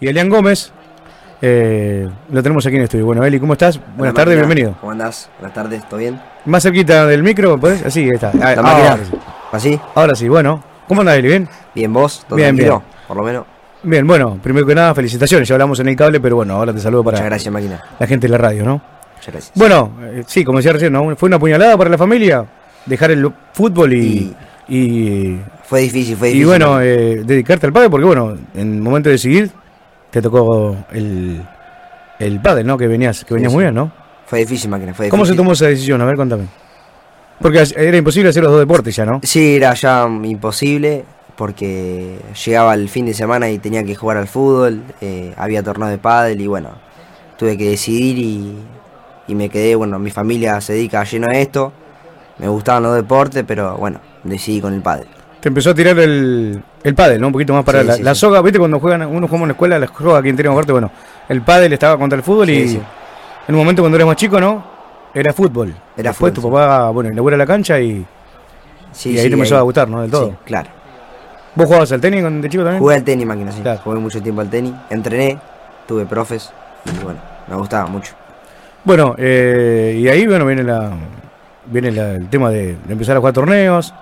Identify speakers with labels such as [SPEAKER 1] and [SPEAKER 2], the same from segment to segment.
[SPEAKER 1] y Elian Gómez. Eh, lo tenemos aquí en el estudio. Bueno, Eli, ¿cómo estás? Buenas tardes,
[SPEAKER 2] máquina.
[SPEAKER 1] bienvenido.
[SPEAKER 2] ¿Cómo andás? Buenas tardes, ¿todo bien?
[SPEAKER 1] Más cerquita del micro, ¿podés? Así, ahí está. Ah,
[SPEAKER 2] La
[SPEAKER 1] ahora,
[SPEAKER 2] máquina.
[SPEAKER 1] sí.
[SPEAKER 2] ¿Así?
[SPEAKER 1] Ahora sí, bueno. ¿Cómo andás, Eli? ¿Bien?
[SPEAKER 2] ¿Bien vos? ¿Todo
[SPEAKER 1] Bien,
[SPEAKER 2] tranquilo? Por lo menos.
[SPEAKER 1] Bien, bueno, primero que nada, felicitaciones. Ya hablamos en el cable, pero bueno, ahora te saludo para
[SPEAKER 2] Muchas gracias, máquina.
[SPEAKER 1] la gente de la radio, ¿no?
[SPEAKER 2] Muchas gracias.
[SPEAKER 1] Bueno, eh, sí, como decía recién, ¿no? fue una puñalada para la familia dejar el fútbol y, y,
[SPEAKER 2] Fue difícil, fue
[SPEAKER 1] y
[SPEAKER 2] difícil.
[SPEAKER 1] bueno, eh, dedicarte al padre, porque bueno, en el momento de decidir te tocó el, el padre, ¿no? Que venías, que venías
[SPEAKER 2] Sí,
[SPEAKER 1] muy
[SPEAKER 2] sí.
[SPEAKER 1] bien, ¿no?
[SPEAKER 2] Fue difícil, máquina. Fue
[SPEAKER 1] eh, ¿Cómo se
[SPEAKER 2] difícil.
[SPEAKER 1] tomó esa decisión? A ver, cuéntame. Porque era imposible hacer los dos deportes ya, ¿no?
[SPEAKER 2] Sí, era ya imposible porque llegaba el fin de semana y tenía que jugar al fútbol, eh, había torneo de pádel y bueno, tuve que decidir y, y me quedé, bueno, mi familia se dedica lleno a esto, me gustaban los deportes, pero bueno, decidí con el pádel.
[SPEAKER 1] Te empezó a tirar el, el pádel, ¿no? Un poquito más para
[SPEAKER 2] Sí,
[SPEAKER 1] la,
[SPEAKER 2] sí,
[SPEAKER 1] la
[SPEAKER 2] sí.
[SPEAKER 1] soga. ¿Viste cuando juegan, uno juega en la escuela, la soga aquí en Tenerife Norte? Bueno, el pádel estaba contra el fútbol
[SPEAKER 2] Sí,
[SPEAKER 1] y
[SPEAKER 2] sí.
[SPEAKER 1] en un momento cuando eras más chico, ¿no? Era fútbol.
[SPEAKER 2] Era
[SPEAKER 1] Después
[SPEAKER 2] fútbol,
[SPEAKER 1] tu
[SPEAKER 2] sí.
[SPEAKER 1] papá, bueno, inaugura la cancha y,
[SPEAKER 2] Sí,
[SPEAKER 1] y ahí
[SPEAKER 2] sí,
[SPEAKER 1] te empezó a gustar, ¿no? Del
[SPEAKER 2] Sí,
[SPEAKER 1] todo.
[SPEAKER 2] claro.
[SPEAKER 1] ¿Vos jugabas al tenis cuando de chico también?
[SPEAKER 2] Jugué al tenis, máquina, sí.
[SPEAKER 1] Claro.
[SPEAKER 2] Jugué mucho tiempo al tenis, entrené, tuve profes y bueno, me gustaba mucho.
[SPEAKER 1] Bueno, eh, y ahí bueno viene la viene la- el tema de, de empezar a jugar torneos,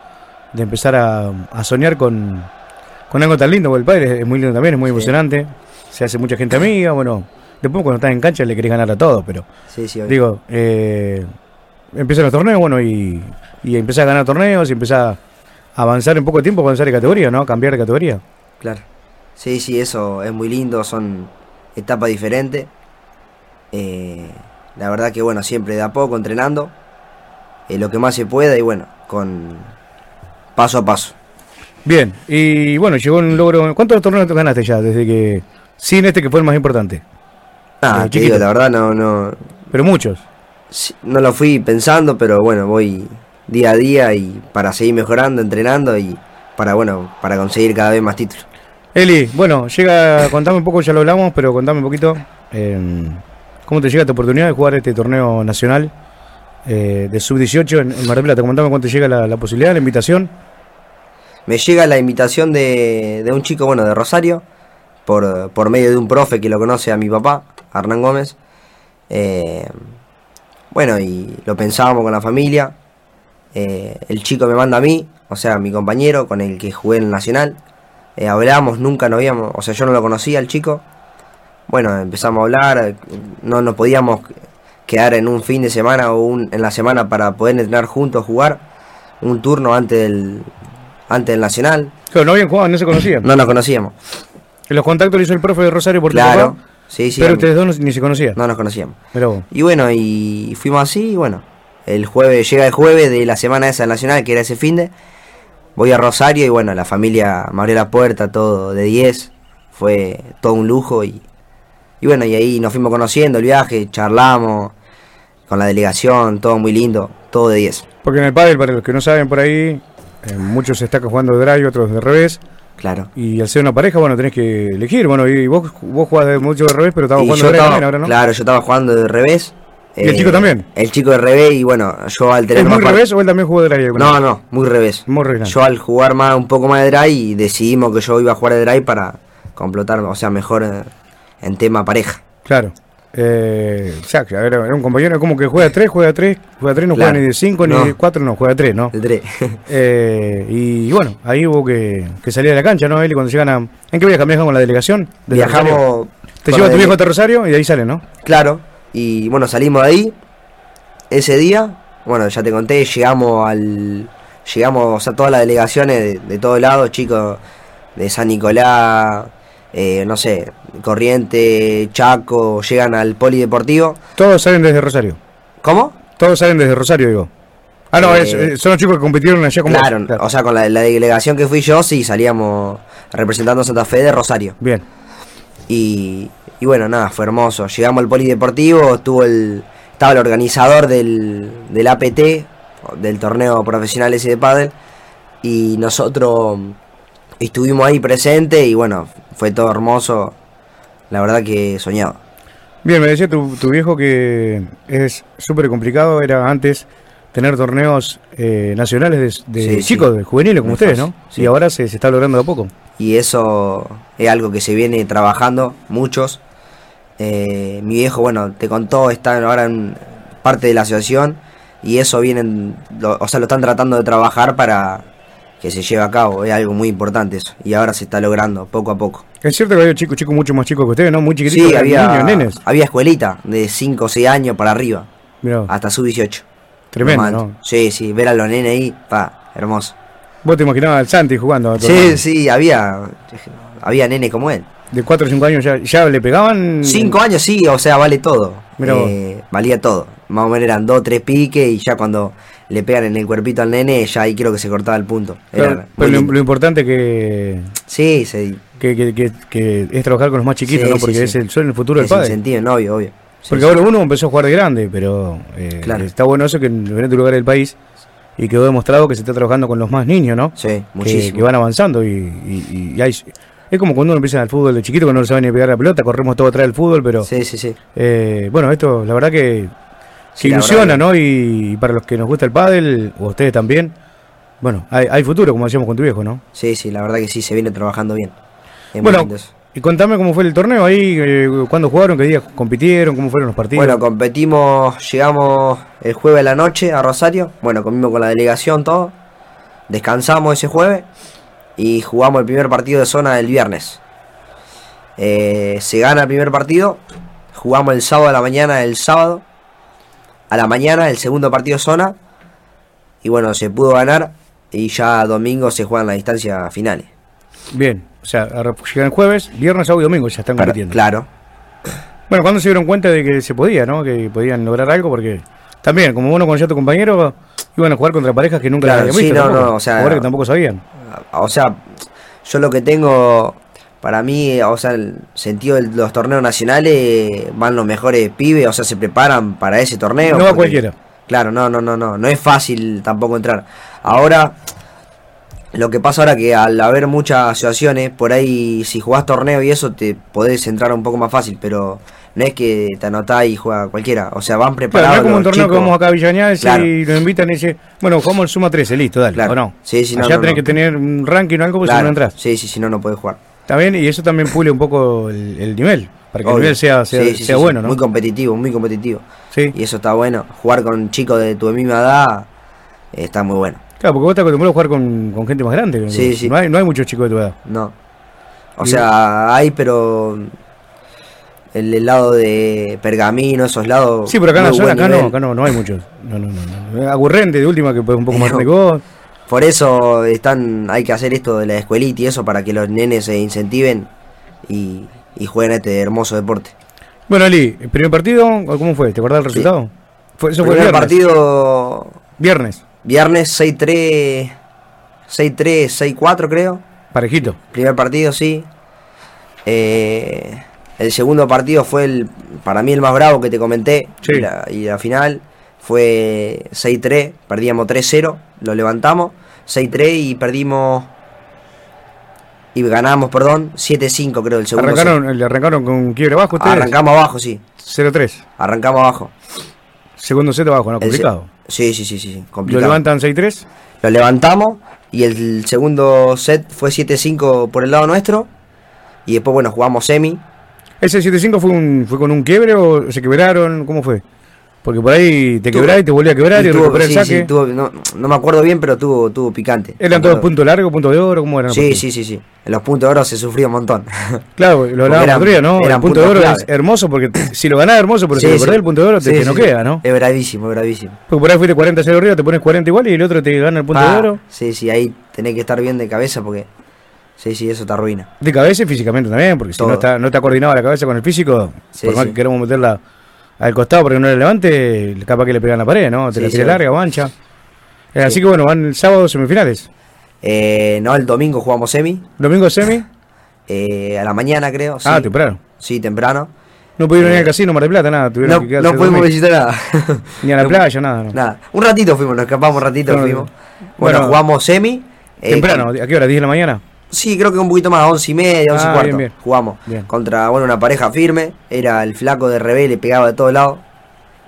[SPEAKER 1] de empezar a, a soñar con, con algo tan lindo, porque el padre es, es muy lindo también, es muy
[SPEAKER 2] Sí.
[SPEAKER 1] emocionante, se hace mucha gente amiga, bueno, después cuando estás en cancha le querés ganar a todos, pero
[SPEAKER 2] Sí, sí, obvio.
[SPEAKER 1] digo, eh, empiezan los torneos, bueno, y, y empezás a ganar torneos y empezás a avanzar en poco tiempo, avanzar de categoría, ¿no? Cambiar de categoría.
[SPEAKER 2] Claro. Sí, sí, eso es muy lindo, son etapas diferentes. Eh, la verdad que bueno, siempre de a poco entrenando, eh, lo que más se pueda y bueno, con paso a paso.
[SPEAKER 1] Bien, y bueno, llegó un logro. ¿Cuántos torneos ganaste ya desde que... Sin este que fue el más importante,
[SPEAKER 2] Nada,
[SPEAKER 1] Eh,
[SPEAKER 2] te
[SPEAKER 1] chiquito.
[SPEAKER 2] digo, la verdad no, no,
[SPEAKER 1] pero muchos.
[SPEAKER 2] sí, no lo fui pensando, pero bueno, voy día a día y para seguir mejorando, entrenando y para bueno, para conseguir cada vez más títulos.
[SPEAKER 1] Eli, bueno, llega, contame un poco, ya lo hablamos, pero contame un poquito. eh, ¿Cómo te llega esta oportunidad de jugar este torneo nacional eh, de sub-18 en, en Mar del Plata? Contame cuándo te llega la, la posibilidad, la invitación.
[SPEAKER 2] Me llega la invitación de, de un chico, bueno, de Rosario, por, por medio de un profe que lo conoce a mi papá, Hernán Gómez. Eh, bueno, y lo pensábamos con la familia. Eh, el chico me manda a mí, o sea, a mi compañero con el que jugué en el Nacional. Eh, hablábamos, nunca nos habíamos, o sea, yo no lo conocía al chico. Bueno, empezamos a hablar, eh, no nos podíamos quedar en un fin de semana o un- en la semana para poder entrenar juntos, jugar un turno antes del, antes del Nacional.
[SPEAKER 1] Claro, no habían jugado, no se conocían.
[SPEAKER 2] No nos conocíamos.
[SPEAKER 1] Los contactos los hizo el profe de Rosario por tu
[SPEAKER 2] Claro,
[SPEAKER 1] papá,
[SPEAKER 2] sí, sí,
[SPEAKER 1] pero
[SPEAKER 2] a mí-
[SPEAKER 1] ustedes dos no- ni se conocían.
[SPEAKER 2] no nos conocíamos.
[SPEAKER 1] Mirá vos.
[SPEAKER 2] Y bueno, y fuimos así, y bueno, el jueves, llega el jueves de la semana esa del Nacional, que era ese fin de, voy a Rosario y bueno, la familia me abrió la puerta, todo de 10, fue todo un lujo y, y bueno, y ahí nos fuimos conociendo el viaje, charlamos con la delegación, todo muy lindo, todo de 10,
[SPEAKER 1] Porque en el pádel, para los que no saben por ahí, eh, muchos están jugando de drive, otros de revés.
[SPEAKER 2] claro.
[SPEAKER 1] Y al ser una pareja, bueno, tenés que elegir. Bueno, y vos, vos jugás de mucho de revés, pero estabas
[SPEAKER 2] Y
[SPEAKER 1] jugando
[SPEAKER 2] yo
[SPEAKER 1] de drive
[SPEAKER 2] estaba-
[SPEAKER 1] también ahora, ¿no?
[SPEAKER 2] Claro, yo estaba jugando de revés. Eh,
[SPEAKER 1] ¿Y el chico también?
[SPEAKER 2] El chico de revés y bueno, yo al tener
[SPEAKER 1] ¿Es muy
[SPEAKER 2] más par-
[SPEAKER 1] revés o él también jugó de drive? alguna
[SPEAKER 2] No,
[SPEAKER 1] vez?
[SPEAKER 2] no, muy revés.
[SPEAKER 1] Muy revés.
[SPEAKER 2] Yo al jugar más un poco más de drive y decidimos que yo iba a jugar de drive para completar, o sea, mejor eh, en tema pareja.
[SPEAKER 1] Claro. Eh, exacto, a ver, era un compañero es como que juega 3, juega 3, juega 3, no
[SPEAKER 2] Claro.
[SPEAKER 1] juega ni de 5 ni
[SPEAKER 2] No.
[SPEAKER 1] de 4, no, juega 3, ¿no?
[SPEAKER 2] El tres.
[SPEAKER 1] Eh, y bueno, ahí hubo que, que salir a la cancha, ¿no? Eli, cuando llegan a. ¿En qué viajan? ¿Viajan con la delegación? Desde Rosario.
[SPEAKER 2] Viajamos.
[SPEAKER 1] Te
[SPEAKER 2] con
[SPEAKER 1] lleva
[SPEAKER 2] la
[SPEAKER 1] tu
[SPEAKER 2] dele-
[SPEAKER 1] viejo hasta Rosario y de ahí sale, ¿no?
[SPEAKER 2] Claro. Y bueno, salimos de ahí. Ese día, bueno, ya te conté, llegamos al. Llegamos, o sea, todas las delegaciones de, de todos lados, chicos, de San Nicolás, eh, no sé, Corriente, Chaco, llegan al Polideportivo.
[SPEAKER 1] Todos salen desde Rosario.
[SPEAKER 2] ¿Cómo?
[SPEAKER 1] Todos salen desde Rosario, digo. Ah, no,
[SPEAKER 2] Eh,
[SPEAKER 1] es- eh, son los chicos que compitieron allá como.
[SPEAKER 2] Claro, o sea, con la, la delegación que fui yo, sí, salíamos representando a Santa Fe de Rosario.
[SPEAKER 1] Bien.
[SPEAKER 2] Y, y bueno, nada, fue hermoso. Llegamos al polideportivo, estuvo el, estaba el organizador del, del APT, del torneo profesional ese de pádel, y nosotros mm, estuvimos ahí presentes y bueno, fue todo hermoso. La verdad que soñado.
[SPEAKER 1] Bien, me decía tu, tu viejo que es súper complicado, era antes tener torneos eh, nacionales de, de
[SPEAKER 2] Sí, sí.
[SPEAKER 1] chicos, de juveniles como
[SPEAKER 2] No es
[SPEAKER 1] ustedes,
[SPEAKER 2] fácil,
[SPEAKER 1] ¿no?
[SPEAKER 2] sí.
[SPEAKER 1] Y ahora se, se está logrando de a poco.
[SPEAKER 2] y eso es algo que se viene trabajando muchos. Eh, mi viejo, bueno, te contó, está ahora en parte de la asociación y eso vienen, lo- o sea, lo están tratando de trabajar para que se lleve a cabo, es algo muy importante eso y ahora se está logrando poco a poco.
[SPEAKER 1] Es cierto que había chicos, chicos mucho más chicos que ustedes, ¿no? Muy chiquititos,
[SPEAKER 2] sí,
[SPEAKER 1] eran
[SPEAKER 2] había,
[SPEAKER 1] niños, nenes.
[SPEAKER 2] había escuelita de 5 o 6 años para arriba,
[SPEAKER 1] Mirá,
[SPEAKER 2] hasta sub 18.
[SPEAKER 1] tremendo,
[SPEAKER 2] Nomás.
[SPEAKER 1] ¿no?
[SPEAKER 2] Sí, sí, ver a los nenes ahí, pa, hermoso.
[SPEAKER 1] Vos te imaginabas al Santi jugando. a tu hermano.
[SPEAKER 2] Sí, sí, había, había nenes como él.
[SPEAKER 1] De 4 o 5 años ya, ya le pegaban.
[SPEAKER 2] Cinco años sí, o sea, vale todo.
[SPEAKER 1] Mm. Mirá vos.
[SPEAKER 2] Eh, valía todo. Más o menos eran dos, tres piques y ya cuando le pegan en el cuerpito al nene, ya ahí creo que se cortaba el punto. Era
[SPEAKER 1] Pero,
[SPEAKER 2] muy
[SPEAKER 1] pero lo,
[SPEAKER 2] lindo.
[SPEAKER 1] lo importante que,
[SPEAKER 2] sí, sí.
[SPEAKER 1] que, que- que- que es trabajar con los más chiquitos,
[SPEAKER 2] Sí,
[SPEAKER 1] ¿no?
[SPEAKER 2] sí,
[SPEAKER 1] Porque
[SPEAKER 2] sí.
[SPEAKER 1] es el sueño, el futuro del
[SPEAKER 2] es un
[SPEAKER 1] padre.
[SPEAKER 2] sentido, no, obvio, obvio. Sí,
[SPEAKER 1] Porque
[SPEAKER 2] sí.
[SPEAKER 1] ahora uno empezó a jugar de grande, pero eh,
[SPEAKER 2] Claro.
[SPEAKER 1] está bueno eso que en diferentes lugares del país y quedó demostrado que se está trabajando con los más niños, ¿no?
[SPEAKER 2] Sí,
[SPEAKER 1] Que- Que,
[SPEAKER 2] muchísimo.
[SPEAKER 1] van avanzando y, y- y hay- es como cuando uno empieza al fútbol de chiquito que no le sabe ni pegar la pelota, corremos todo atrás del fútbol, pero
[SPEAKER 2] Sí, sí, sí.
[SPEAKER 1] eh, bueno, esto la verdad que, que
[SPEAKER 2] Sí, la verdad
[SPEAKER 1] ilusiona,
[SPEAKER 2] que-
[SPEAKER 1] ¿no? Y, para los que nos gusta el pádel, o ustedes también, bueno, hay, hay futuro, como decíamos con tu viejo, ¿no?
[SPEAKER 2] Sí, sí, la verdad que sí, se viene trabajando bien. Es muy
[SPEAKER 1] Bueno,
[SPEAKER 2] lindo eso.
[SPEAKER 1] y contame cómo fue el torneo ahí, eh, cuándo jugaron, qué día compitieron, cómo fueron los partidos.
[SPEAKER 2] Bueno, competimos, llegamos el jueves a la noche a Rosario. Bueno, comimos con la delegación todo. Descansamos ese jueves y jugamos el primer partido de zona del viernes. Eh, se gana el primer partido. Jugamos el sábado a la mañana, el sábado. A la mañana, el segundo partido de zona. Y bueno, se pudo ganar. Y ya domingo se juegan las distancias finales.
[SPEAKER 1] Bien, o sea, ahora llegan jueves, viernes, sábado y domingo ya están
[SPEAKER 2] Para-
[SPEAKER 1] compitiendo.
[SPEAKER 2] claro.
[SPEAKER 1] Bueno, cuando se dieron cuenta de que se podía, ¿no? Que podían lograr algo, porque también, como uno conocía a tu compañero, iban a jugar contra parejas que nunca
[SPEAKER 2] Claro,
[SPEAKER 1] habían
[SPEAKER 2] sí,
[SPEAKER 1] visto.
[SPEAKER 2] no,
[SPEAKER 1] tampoco,
[SPEAKER 2] no, o sea,
[SPEAKER 1] jugadores que tampoco sabían.
[SPEAKER 2] O sea, yo lo que tengo para mí, o sea, el sentido de los torneos nacionales van los mejores pibes, o sea, se preparan para ese torneo.
[SPEAKER 1] No va
[SPEAKER 2] porque-
[SPEAKER 1] cualquiera.
[SPEAKER 2] Claro, no, no, no, no, no es fácil tampoco entrar. Ahora, lo que pasa ahora que al haber muchas asociaciones, por ahí si jugás torneo y eso te podés entrar un poco más fácil, pero no es que te anotás y juega cualquiera, o sea, van
[SPEAKER 1] Claro, no
[SPEAKER 2] preparados.
[SPEAKER 1] es como un
[SPEAKER 2] los
[SPEAKER 1] torneo
[SPEAKER 2] chicos.
[SPEAKER 1] que vamos acá a Villañaz
[SPEAKER 2] Claro.
[SPEAKER 1] y nos invitan y dicen, bueno, jugamos el Suma 13, listo, dale,
[SPEAKER 2] Claro.
[SPEAKER 1] o no.
[SPEAKER 2] Sí, sí, no,
[SPEAKER 1] Allá
[SPEAKER 2] no,
[SPEAKER 1] tenés
[SPEAKER 2] no.
[SPEAKER 1] que tener un ranking o algo, porque si
[SPEAKER 2] Claro,
[SPEAKER 1] no entras.
[SPEAKER 2] Sí, sí, si no, no podés jugar.
[SPEAKER 1] Está bien, y eso también pule un poco el, el nivel, para que
[SPEAKER 2] Obvio.
[SPEAKER 1] el nivel sea, sea,
[SPEAKER 2] Sí, sí,
[SPEAKER 1] sea
[SPEAKER 2] sí, sí,
[SPEAKER 1] bueno, ¿no?
[SPEAKER 2] Muy competitivo, muy competitivo.
[SPEAKER 1] Sí.
[SPEAKER 2] Y eso está bueno. Jugar con chicos de tu misma edad eh, está muy bueno.
[SPEAKER 1] Claro, porque vos estás acostumbrado a jugar con, con gente más grande.
[SPEAKER 2] Sí, sí.
[SPEAKER 1] No hay, no hay muchos chicos de tu edad.
[SPEAKER 2] No. O
[SPEAKER 1] Y-
[SPEAKER 2] sea, hay, pero el, el lado de Pergamino, esos lados.
[SPEAKER 1] Sí, pero acá en la
[SPEAKER 2] muy
[SPEAKER 1] zona,
[SPEAKER 2] buen
[SPEAKER 1] acá no,
[SPEAKER 2] nivel.
[SPEAKER 1] acá no, no hay muchos. No, no, no. no. Agurrente, de última, que puede un poco más
[SPEAKER 2] No.
[SPEAKER 1] de vos.
[SPEAKER 2] Por eso están, hay que hacer esto de la escuelita y eso para que los nenes se incentiven y, y jueguen a este hermoso deporte.
[SPEAKER 1] Bueno, Ali, ¿el primer partido? ¿Cómo fue? ¿Te acordás del
[SPEAKER 2] Sí.
[SPEAKER 1] resultado? Fue, eso fue
[SPEAKER 2] Primer
[SPEAKER 1] viernes.
[SPEAKER 2] partido
[SPEAKER 1] Viernes,
[SPEAKER 2] viernes 6-3, 6-3, 6-4 creo.
[SPEAKER 1] parejito.
[SPEAKER 2] Primer partido, sí. Eh, el segundo partido fue el, para mí el más bravo que te comenté.
[SPEAKER 1] Sí.
[SPEAKER 2] Y, la, y la final fue 6-3. Perdíamos 3-0. Lo levantamos. 6-3 y perdimos. Y ganamos, perdón. 7-5 creo el segundo. set.
[SPEAKER 1] Arrancaron, le arrancaron con quiebre bajo ustedes.
[SPEAKER 2] Arrancamos abajo, sí.
[SPEAKER 1] 0-3.
[SPEAKER 2] Arrancamos abajo.
[SPEAKER 1] Segundo set abajo, ¿no?
[SPEAKER 2] El se-
[SPEAKER 1] Complicado.
[SPEAKER 2] Sí, sí, sí, sí. sí,
[SPEAKER 1] Lo
[SPEAKER 2] Complicado.
[SPEAKER 1] levantan 6-3.
[SPEAKER 2] Lo levantamos y el segundo set fue 7-5 por el lado nuestro. Y después, bueno, jugamos semi.
[SPEAKER 1] ¿Ese 7-5 fue, un- fue con un quiebre o se quebraron? ¿Cómo fue? Porque por ahí te
[SPEAKER 2] Tuvo-
[SPEAKER 1] quebrás y te volví a quebrar y,
[SPEAKER 2] Y tuvo-
[SPEAKER 1] recuperás
[SPEAKER 2] sí,
[SPEAKER 1] el
[SPEAKER 2] sí,
[SPEAKER 1] saque.
[SPEAKER 2] tuvo- no, no me acuerdo bien, pero tuvo, tuvo picante.
[SPEAKER 1] ¿Eran todos puntos largos, puntos de oro? ¿Cómo eran? los
[SPEAKER 2] Sí,
[SPEAKER 1] partidos?
[SPEAKER 2] sí, sí, sí. En los puntos de oro se sufrió un montón.
[SPEAKER 1] Claro, lo hablábamos
[SPEAKER 2] eran-
[SPEAKER 1] otro día, ¿no? El
[SPEAKER 2] eran
[SPEAKER 1] punto de oro
[SPEAKER 2] puntos
[SPEAKER 1] es
[SPEAKER 2] clave.
[SPEAKER 1] hermoso porque si lo ganás hermoso, pero si
[SPEAKER 2] Sí,
[SPEAKER 1] lo
[SPEAKER 2] sí.
[SPEAKER 1] perdés el punto de oro te,
[SPEAKER 2] Sí,
[SPEAKER 1] te
[SPEAKER 2] sí,
[SPEAKER 1] noquea,
[SPEAKER 2] sí. Eh.
[SPEAKER 1] ¿no?
[SPEAKER 2] Es bravísimo, es bravísimo.
[SPEAKER 1] Porque por ahí fuiste 40-0 arriba, te pones 40 igual y el otro te gana el punto
[SPEAKER 2] Ah,
[SPEAKER 1] de oro.
[SPEAKER 2] Sí, sí, ahí tenés que estar bien de cabeza porque. Sí, sí, eso te arruina.
[SPEAKER 1] De cabeza y físicamente también, porque si
[SPEAKER 2] Todo.
[SPEAKER 1] no está, no está coordinado la cabeza con el físico,
[SPEAKER 2] Sí,
[SPEAKER 1] por más
[SPEAKER 2] sí.
[SPEAKER 1] que queramos meterla al costado para que no la levante, capaz que le pegan la pared, ¿no? Te
[SPEAKER 2] Sí,
[SPEAKER 1] la tira
[SPEAKER 2] sí.
[SPEAKER 1] larga, mancha. Eh,
[SPEAKER 2] Sí.
[SPEAKER 1] Así que bueno, van el sábado semifinales.
[SPEAKER 2] Eh, no, el domingo jugamos semi.
[SPEAKER 1] Domingo semi.
[SPEAKER 2] eh, a la mañana, creo.
[SPEAKER 1] Ah,
[SPEAKER 2] sí.
[SPEAKER 1] temprano.
[SPEAKER 2] Sí, temprano.
[SPEAKER 1] No pudieron ir
[SPEAKER 2] Eh,
[SPEAKER 1] al casino, Mar del Plata, nada. Tuvieron
[SPEAKER 2] No,
[SPEAKER 1] que
[SPEAKER 2] no
[SPEAKER 1] quedarse
[SPEAKER 2] pudimos
[SPEAKER 1] dormidos.
[SPEAKER 2] visitar nada.
[SPEAKER 1] Ni a la
[SPEAKER 2] No-
[SPEAKER 1] playa, nada. no.
[SPEAKER 2] Nada. Un ratito fuimos, nos escapamos un ratito,
[SPEAKER 1] Bueno,
[SPEAKER 2] fuimos. Bueno,
[SPEAKER 1] bueno,
[SPEAKER 2] jugamos semi. eh,
[SPEAKER 1] Temprano, ¿a qué hora? ¿10 de la mañana?
[SPEAKER 2] Sí, creo que un poquito más, once y media, once
[SPEAKER 1] Ah,
[SPEAKER 2] y cuarto.
[SPEAKER 1] bien, bien.
[SPEAKER 2] Jugamos
[SPEAKER 1] Bien.
[SPEAKER 2] contra bueno, una pareja firme. Era el flaco de Rebel, le pegaba de todos lados.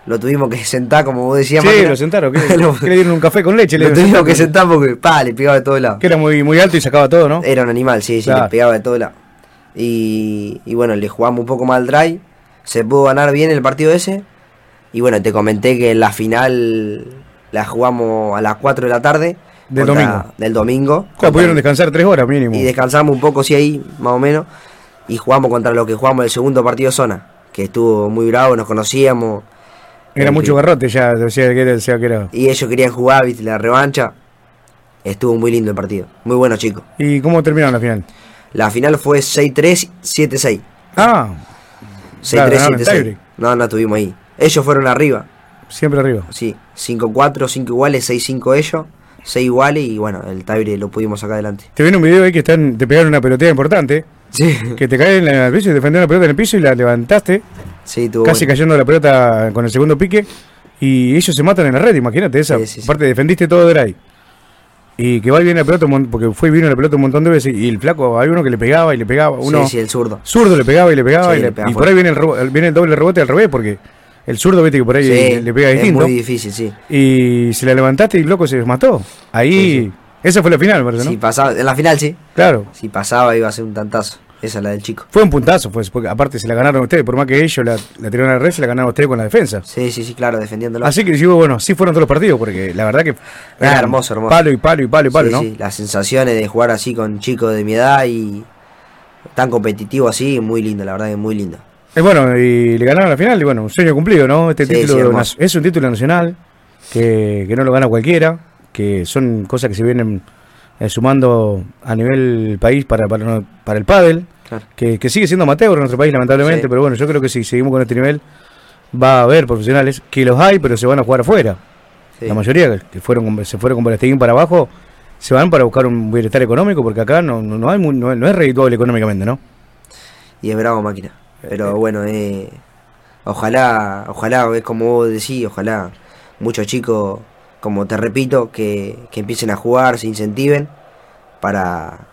[SPEAKER 2] lo tuvimos que sentar, como vos decías.
[SPEAKER 1] Sí,
[SPEAKER 2] Máquina.
[SPEAKER 1] lo sentaron. ¿Qué,
[SPEAKER 2] Lo-
[SPEAKER 1] qué le dieron un café con leche? Le
[SPEAKER 2] Lo
[SPEAKER 1] dieron?
[SPEAKER 2] tuvimos que sentar Eh, porque pa, le pegaba de todos lados.
[SPEAKER 1] Que era muy, muy alto y sacaba todo, ¿no?
[SPEAKER 2] Era un animal, sí, sí,
[SPEAKER 1] Claro.
[SPEAKER 2] le pegaba de todo lado. Y, y bueno, le jugamos un poco mal drive. Se pudo ganar bien el partido ese. Y bueno, te comenté que la final la jugamos a las 4 de la tarde.
[SPEAKER 1] Del domingo.
[SPEAKER 2] Del domingo.
[SPEAKER 1] Claro, pudieron
[SPEAKER 2] Contra-
[SPEAKER 1] descansar tres horas mínimo.
[SPEAKER 2] y descansamos un poco, sí, ahí, más o menos. Y jugamos contra lo que jugamos el segundo partido zona. Que estuvo muy bravo, nos conocíamos.
[SPEAKER 1] Era
[SPEAKER 2] en
[SPEAKER 1] mucho
[SPEAKER 2] fin.
[SPEAKER 1] garrote ya, decía que era. decía que era.
[SPEAKER 2] Y ellos querían jugar, viste, la revancha. Estuvo muy lindo el partido. Muy bueno, chicos.
[SPEAKER 1] ¿Y cómo terminaron la final?
[SPEAKER 2] La final fue 6-3, 7-6.
[SPEAKER 1] Ah,
[SPEAKER 2] 6-3,
[SPEAKER 1] Claro, ganaron
[SPEAKER 2] 7-6.
[SPEAKER 1] tiebreak.
[SPEAKER 2] No, no estuvimos ahí. Ellos fueron arriba.
[SPEAKER 1] siempre arriba.
[SPEAKER 2] Sí, 5-4, 5 iguales, 6-5 ellos. 6 iguales y bueno, el Tabre lo pudimos sacar adelante.
[SPEAKER 1] Te viene un video ahí que están, te pegaron una pelotea importante,
[SPEAKER 2] Sí,
[SPEAKER 1] que te cae en la- en el piso y defendió una pelota en el piso y la levantaste,
[SPEAKER 2] sí, tuvo.
[SPEAKER 1] casi
[SPEAKER 2] bueno.
[SPEAKER 1] cayendo la pelota con el segundo pique, y ellos se matan en la red, imagínate esa.
[SPEAKER 2] Sí, sí, sí.
[SPEAKER 1] Aparte, defendiste todo drive. Y que va bien la pelota, un mon- porque fue y vino la pelota un montón de veces, y el flaco, hay uno que le pegaba y le pegaba, uno
[SPEAKER 2] Sí, sí, el zurdo.
[SPEAKER 1] zurdo le pegaba y le pegaba,
[SPEAKER 2] Sí,
[SPEAKER 1] y, le-
[SPEAKER 2] le pegaba
[SPEAKER 1] y por
[SPEAKER 2] fuerte.
[SPEAKER 1] ahí viene el, rebo- viene el doble rebote al revés, porque el zurdo, viste que por ahí
[SPEAKER 2] Sí,
[SPEAKER 1] le, le pega
[SPEAKER 2] es
[SPEAKER 1] distinto.
[SPEAKER 2] muy difícil, sí.
[SPEAKER 1] Y se la levantaste y loco se mató. Ahí.
[SPEAKER 2] Sí, sí.
[SPEAKER 1] Esa fue la final, parece, ¿no?
[SPEAKER 2] Si pasaba, en la final sí.
[SPEAKER 1] Claro.
[SPEAKER 2] Si pasaba iba a ser un tantazo. Esa es la del chico.
[SPEAKER 1] Fue un puntazo, pues, porque aparte se la ganaron ustedes. Por más que ellos la, la tiraron a la red, se la ganaron ustedes con la defensa.
[SPEAKER 2] Sí, sí, sí, claro, defendiéndolo.
[SPEAKER 1] Así que digo, bueno, Ah, sí fueron todos los partidos, porque la verdad que.
[SPEAKER 2] Ah,
[SPEAKER 1] eran
[SPEAKER 2] hermoso, hermoso.
[SPEAKER 1] Palo y palo y palo y palo,
[SPEAKER 2] Sí,
[SPEAKER 1] ¿no?
[SPEAKER 2] sí, las sensaciones de jugar así con chicos de mi edad y tan competitivo así, muy lindo, la verdad que muy lindo.
[SPEAKER 1] Y Eh, bueno, y le ganaron la final, y bueno, un sueño cumplido, ¿no? Este
[SPEAKER 2] Sí, sí,
[SPEAKER 1] título
[SPEAKER 2] hermoso.
[SPEAKER 1] na- es un título nacional que, que no lo gana cualquiera, que son cosas que se vienen eh, sumando a nivel país para, para, para el pádel.
[SPEAKER 2] Claro.
[SPEAKER 1] que, que sigue siendo amateur en nuestro país, lamentablemente,
[SPEAKER 2] Sí.
[SPEAKER 1] pero bueno, yo creo que si seguimos con este nivel, va a haber profesionales que los hay, pero se van a jugar afuera.
[SPEAKER 2] Sí.
[SPEAKER 1] La mayoría que- que fueron con- se fueron con Verasteguín para abajo, se van para buscar un bienestar económico, porque acá no, no, no hay, mu- no, no es redituable económicamente, ¿no?
[SPEAKER 2] Y es bravo máquina. Pero bueno, eh, ojalá, ojalá, es como vos decís, ojalá muchos chicos, como te repito, que, que empiecen a jugar, se incentiven para,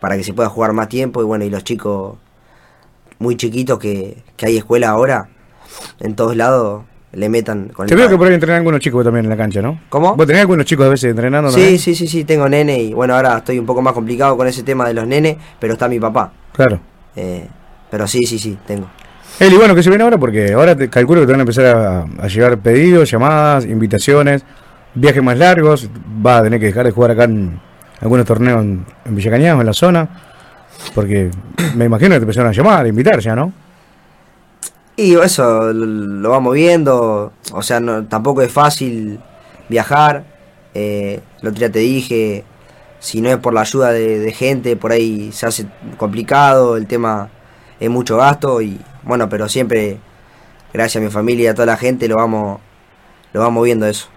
[SPEAKER 2] para que se pueda jugar más tiempo. Y bueno, y los chicos muy chiquitos que, que hay escuela ahora, en todos lados, le metan con
[SPEAKER 1] Te veo que
[SPEAKER 2] pádel.
[SPEAKER 1] por ahí entrenan algunos chicos también en la cancha, ¿no?
[SPEAKER 2] ¿Cómo?
[SPEAKER 1] Vos tenés algunos chicos a veces entrenando, ¿Eh?
[SPEAKER 2] Sí, sí, sí, sí, tengo nene y bueno, ahora estoy un poco más complicado con ese tema de los nenes, pero está mi papá.
[SPEAKER 1] Claro.
[SPEAKER 2] Eh, pero sí, sí, sí, tengo.
[SPEAKER 1] Eli, bueno, ¿qué se viene ahora? Porque ahora te calculo que te van a empezar a, a llegar pedidos, llamadas, invitaciones, viajes más largos. Va a tener que dejar de jugar acá en algunos torneos en, en Villa Cañas o en la zona. Porque me imagino que te empezaron a llamar, a invitar ya, ¿no?
[SPEAKER 2] Y eso lo, lo vamos viendo, o sea, no- tampoco es fácil viajar. eh, lo otro día te dije, si no es por la ayuda de, de gente, por ahí se hace complicado, el tema es mucho gasto y bueno, pero siempre, gracias a mi familia y a toda la gente, lo vamos, lo vamos viendo eso.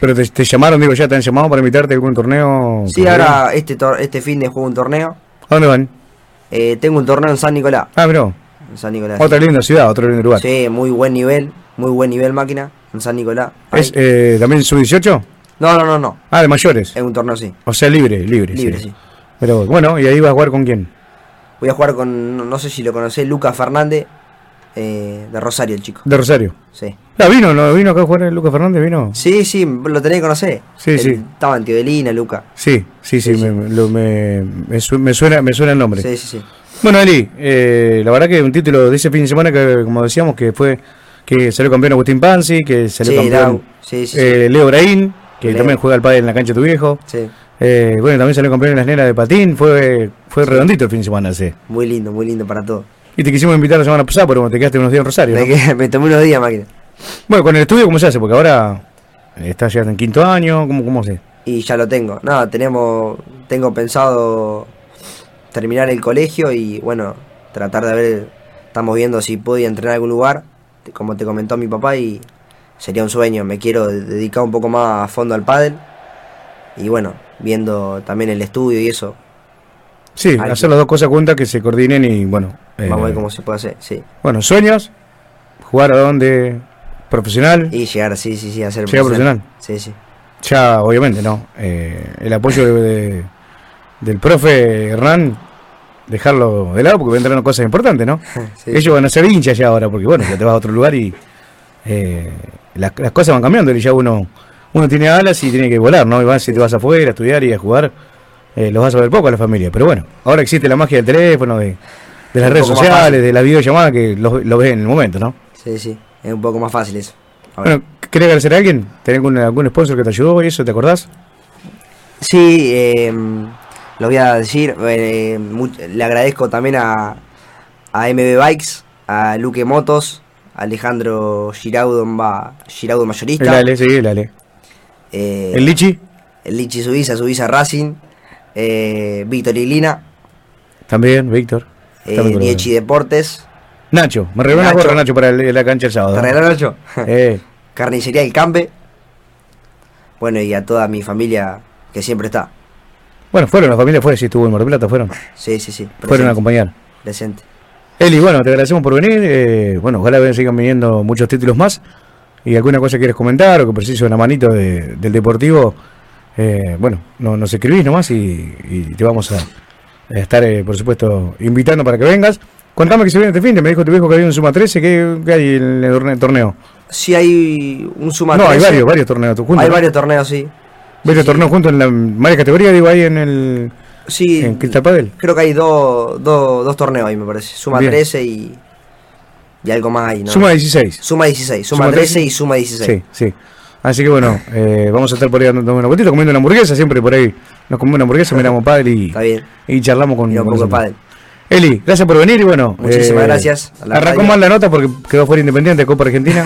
[SPEAKER 1] Pero te, te llamaron, digo, ya te han llamado para invitarte a algún torneo.
[SPEAKER 2] Sí, ahora este, tor- este fin de juego un torneo.
[SPEAKER 1] ¿A dónde van?
[SPEAKER 2] Eh, tengo un torneo en San Nicolás.
[SPEAKER 1] Ah, pero
[SPEAKER 2] En San Nicolás.
[SPEAKER 1] otra linda ciudad, otro lindo lugar.
[SPEAKER 2] Sí, muy buen nivel, muy buen nivel máquina en San Nicolás.
[SPEAKER 1] ¿Es
[SPEAKER 2] Ahí.
[SPEAKER 1] eh, también sub-18?
[SPEAKER 2] No, no, no, no.
[SPEAKER 1] Ah, de mayores.
[SPEAKER 2] Es un torneo así.
[SPEAKER 1] O sea, libre, libre.
[SPEAKER 2] Eh, Libre, sí.
[SPEAKER 1] Pero bueno, ¿y ahí vas a jugar con quién?
[SPEAKER 2] Voy a jugar con, no, no sé si lo conocés, Lucas Fernández, eh, de Rosario, el chico.
[SPEAKER 1] De Rosario.
[SPEAKER 2] Sí.
[SPEAKER 1] No, vino, no, vino acá a jugar el Lucas Fernández, vino.
[SPEAKER 2] Sí, sí, lo tenés que conocer.
[SPEAKER 1] Sí,
[SPEAKER 2] Él
[SPEAKER 1] sí.
[SPEAKER 2] Estaba en Tiberina, Lucas.
[SPEAKER 1] Sí, sí, sí, me, lo- me- me su- me suena, me suena el nombre.
[SPEAKER 2] Sí, sí, sí.
[SPEAKER 1] Bueno, Eli, eh, la verdad que un título de ese fin de semana que, como decíamos, que fue que salió campeón Agustín Panzi, que salió
[SPEAKER 2] Sí,
[SPEAKER 1] campeón
[SPEAKER 2] Lau. Sí, sí, sí.
[SPEAKER 1] eh, Leo Braín, que
[SPEAKER 2] Leo.
[SPEAKER 1] también juega al padre en la cancha de tu viejo.
[SPEAKER 2] Sí.
[SPEAKER 1] Eh, bueno, también salió campeón en las nenas de patín, fue, fue redondito el fin de semana ese.
[SPEAKER 2] Muy lindo, muy lindo para todo.
[SPEAKER 1] Y te quisimos invitar la semana pasada, pero bueno, te quedaste unos días en Rosario. ¿no?
[SPEAKER 2] Me, quedé- me tomé unos días, máquina.
[SPEAKER 1] Bueno, con el estudio, ¿cómo se hace? Porque ahora eh, estás llegando en quinto año, ¿cómo, cómo se?
[SPEAKER 2] y ya lo tengo. Nada, tenemos, tengo pensado terminar el colegio y bueno, tratar de ver, estamos viendo si puedo ir a entrenar a algún lugar, te- como te comentó mi papá y sería un sueño, me quiero de- dedicar un poco más a fondo al pádel y bueno, viendo también el estudio y eso,
[SPEAKER 1] Sí,
[SPEAKER 2] Ay,
[SPEAKER 1] hacer las dos cosas juntas que se coordinen y bueno. eh,
[SPEAKER 2] vamos a ver cómo se puede hacer, sí.
[SPEAKER 1] Bueno, sueños, jugar a donde profesional,
[SPEAKER 2] Y llegar, sí, sí, sí, a ser
[SPEAKER 1] Llegar profesional.
[SPEAKER 2] Sí, sí.
[SPEAKER 1] ya obviamente, ¿no? Eh, el apoyo de- de- del profe Hernán, dejarlo de lado porque vendrán cosas importantes, ¿no?
[SPEAKER 2] sí.
[SPEAKER 1] Ellos van a ser hinchas ya ahora, porque bueno, ya te vas a otro lugar y eh, las, las cosas van cambiando y ya uno, uno tiene alas y tiene que volar, ¿no? Y vas, si te vas afuera a estudiar y a jugar, eh, los vas a ver poco a la familia. Pero bueno, ahora existe la magia del teléfono, de, de las
[SPEAKER 2] Un
[SPEAKER 1] redes
[SPEAKER 2] poco más
[SPEAKER 1] sociales,
[SPEAKER 2] fácil.
[SPEAKER 1] de la videollamada que lo, lo ves en el momento, ¿no?
[SPEAKER 2] Sí, sí, es un poco más fácil eso. Ahora.
[SPEAKER 1] Bueno, ¿querés agradecer a alguien? ¿Tenés algún, algún sponsor que te ayudó y eso? ¿Te acordás?
[SPEAKER 2] Sí, eh, lo voy a decir. eh, mu- le agradezco también a, a MB Bikes, a Luque Motos, a Alejandro Giraudo, Ma- Giraudo
[SPEAKER 1] El
[SPEAKER 2] Mayorista,
[SPEAKER 1] Ale, sí, el Ale.
[SPEAKER 2] eh,
[SPEAKER 1] El Lichi
[SPEAKER 2] el Lichi Suiza, Suiza Racing, eh, Víctor y Lina,
[SPEAKER 1] también, Víctor. También
[SPEAKER 2] eh,
[SPEAKER 1] colaboró.
[SPEAKER 2] Diechi Deportes,
[SPEAKER 1] Nacho, me regaló una
[SPEAKER 2] Nacho.
[SPEAKER 1] gorra Nacho para el- la cancha el sábado.
[SPEAKER 2] Carrera Nacho,
[SPEAKER 1] Eh,
[SPEAKER 2] Carnicería El Campe. Bueno, y a toda mi familia que siempre está.
[SPEAKER 1] bueno, fueron, la familia fue, sí, estuvo en Mar del Plata, fueron.
[SPEAKER 2] Sí, sí, sí.
[SPEAKER 1] Fueron a
[SPEAKER 2] Presente.
[SPEAKER 1] acompañar.
[SPEAKER 2] presente.
[SPEAKER 1] Eli, bueno, te agradecemos por venir. eh, bueno, ojalá ven- sigan viniendo muchos títulos más. Y alguna cosa que quieres comentar o que preciso una manito de- del deportivo, eh, bueno, no, nos escribís nomás y, y te vamos a a estar, eh, por supuesto, invitando para que vengas. Contame que se viene este fin, de, me dijo tu viejo que había un Suma 13, que, hay en el torne- torneo.
[SPEAKER 2] Sí, hay un suma
[SPEAKER 1] no, hay
[SPEAKER 2] 13.
[SPEAKER 1] varios, varios torneos juntos.
[SPEAKER 2] Hay
[SPEAKER 1] ¿no?
[SPEAKER 2] varios torneos, sí.
[SPEAKER 1] Varios
[SPEAKER 2] sí.
[SPEAKER 1] torneos juntos en la, en varias categorías, digo, ahí en el
[SPEAKER 2] Sí,
[SPEAKER 1] en Cristal Padel.
[SPEAKER 2] creo que hay dos dos- dos torneos ahí, me parece. Suma
[SPEAKER 1] Bien.
[SPEAKER 2] 13 y, y algo más ahí, ¿no?
[SPEAKER 1] Suma 16.
[SPEAKER 2] Suma 16, suma,
[SPEAKER 1] Suma
[SPEAKER 2] 13,
[SPEAKER 1] 13.
[SPEAKER 2] y suma 16.
[SPEAKER 1] Sí, sí. Así que bueno, eh, vamos a estar por ahí dando una vueltita, comiendo una hamburguesa, siempre por ahí. Nos comemos una hamburguesa, miramos padre y,
[SPEAKER 2] Está bien.
[SPEAKER 1] y charlamos con,
[SPEAKER 2] Mira un
[SPEAKER 1] con
[SPEAKER 2] poco de
[SPEAKER 1] nosotros.
[SPEAKER 2] pádel.
[SPEAKER 1] Eli, gracias por venir y bueno. eh,
[SPEAKER 2] Muchísimas gracias a la
[SPEAKER 1] arrancó
[SPEAKER 2] radio.
[SPEAKER 1] mal la nota porque quedó fuera Independiente, Copa Argentina,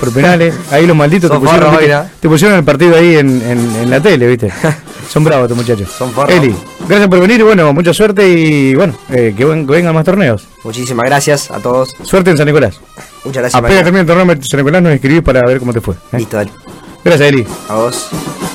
[SPEAKER 1] por penales. Ahí los malditos te
[SPEAKER 2] Son
[SPEAKER 1] pusieron,
[SPEAKER 2] forros,
[SPEAKER 1] viste,
[SPEAKER 2] mira.
[SPEAKER 1] te pusieron el partido ahí en, en- en la tele, ¿viste? Son bravos estos muchachos.
[SPEAKER 2] Son forros.
[SPEAKER 1] Eli, gracias por venir y bueno, mucha suerte y bueno, eh, que, ven- que vengan más torneos.
[SPEAKER 2] Muchísimas gracias a todos.
[SPEAKER 1] Suerte en San Nicolás.
[SPEAKER 2] Muchas gracias,
[SPEAKER 1] Apenas
[SPEAKER 2] Mariano.
[SPEAKER 1] termine el torneo de San Nicolás, nos escribís para ver cómo te fue. ¿eh?
[SPEAKER 2] Listo, dale.
[SPEAKER 1] Gracias, Eli.
[SPEAKER 2] A vos.